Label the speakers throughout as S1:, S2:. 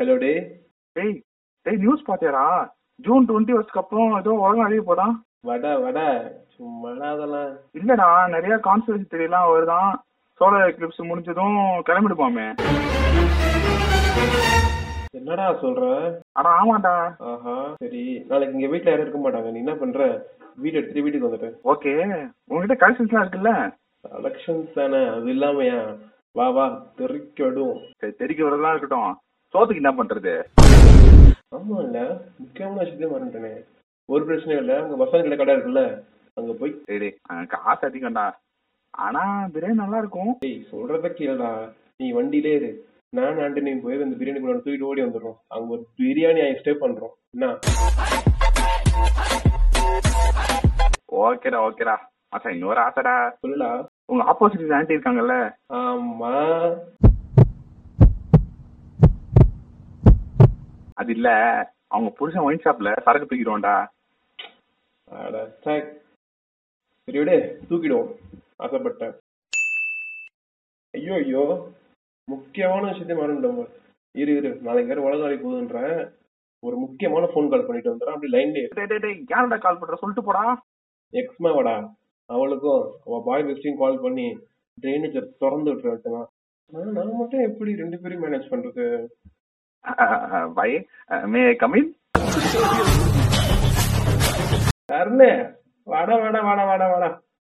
S1: Hello டே
S2: டேய் டேய் நியூஸ் பாத்தியாடா ஜூன் டுவெண்ட்டி ஃபர்ஸ்ட்க்கு அப்புறம் ஏதோ உலகம் அழிய போதான்
S1: வட வட சும்மாடா அதெல்லாம்
S2: இல்லடா நிறைய கான்ஸ்பிரசி தெரியலாம் வருதான் சோலார் எக்லிப்ஸ் முடிஞ்சதும் கிளம்பிடுப்பாமே
S1: என்னடா சொல்ற
S2: அட ஆமாடா
S1: ஆஹா சரி நாளைக்கு இங்க வீட்ல யாரும் இருக்க மாட்டாங்க நீ என்ன பண்ற வீடு எடுத்துட்டு வீட்டுக்கு வந்துட்ட
S2: ஓகே உங்ககிட்ட கலெக்ஷன்ஸ்லாம் இருக்குல்ல
S1: எலெக்ஷன்ஸ் தானே அது இல்லாமயா வா வா தெறிக்கடும்
S2: சரி தெரிக்க வரதெல்லாம் இருக்கட்டும் சோத்துக்கு என்ன பண்றது
S1: ஆமா இல்ல முக்கியமான விஷயத்தையும் மறந்துட்டேனே ஒரு பிரச்சனையும் இல்ல அங்க பசங்க கிட்ட கடை இருக்குல்ல அங்க போய்
S2: டேய் டேய், அஹ் காசு அதிகம்டா ஆனா பிரியாணி நல்லா இருக்கும்
S1: டேய் சொல்றத கேளுடா நீ வண்டியிலே இரு நான் ஆண்டனி போய் அந்த பிரியாணி கொண்டு தூக்கிட்டு ஓடி வந்துடுறோம் அங்க ஒரு பிரியாணி ஆகி ஸ்டே பண்றோம் என்ன
S2: ஓகேடா ஓகேடா மச்சான் இன்னொரு ஆசைடா
S1: சொல்லுடா
S2: உங்க ஆப்போசிட் ஆண்டி இருக்காங்கல்ல
S1: ஆமா
S2: அது இல்ல அவங்க புருஷன் ஒயின் ஷாப்ல சரக்கு தூக்கிடுவோம்டா
S1: அட சாக் சரி விடு தூக்கிடுவோம் ஆசைப்பட்டேன் ஐயோ ஐயோ முக்கியமான விஷயத்தையும் மறந்துட்டோம் இரு இரு நாளைக்கு வேற உலக நாளைக்கு போகுதுன்றேன் ஒரு முக்கியமான ஃபோன் கால் பண்ணிட்டு வந்துடுறேன் அப்படி லைன்லேயே
S2: டேய் டேய் டேய் யாரோட கால் பண்ற சொல்லிட்டு போடா
S1: எக்ஸ்மாவடா அவளுக்கும் அவ பாய் பெஸ்டையும் கால் பண்ணி ட்ரைனேஜை திறந்து விட்டுருட்டுமா நான் மட்டும் எப்படி ரெண்டு பேரும் மேனேஜ் பண்றது
S2: பை மே கமில்
S1: யாருன்னு வாடா வாடா வாடா வாடா வாடா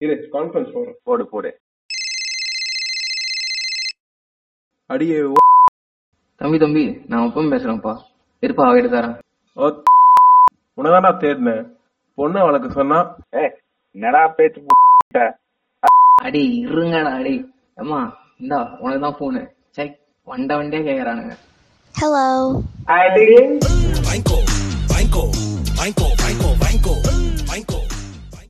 S1: இரு கான்ஃபரன்ஸ் போறோம்
S2: போடு போடு
S1: அடியே
S3: தம்பி தம்பி நான் அப்பவும் பேசுறேன்ப்பா இருப்பா அவகிட்ட தரேன்
S1: உனதானா தேடினேன் பொண்ணு அவளுக்கு சொன்னா
S2: ஏ என்னடா பேச்சு புட்ட.
S3: அடி இருங்கடா அடி அம்மா இந்தா உனக்கு தான் போனு சரி வண்ட வண்டியா கேக்குறானுங்க
S4: Hello.
S2: அடி
S5: Banco, banco, banco, banco, banco, banco.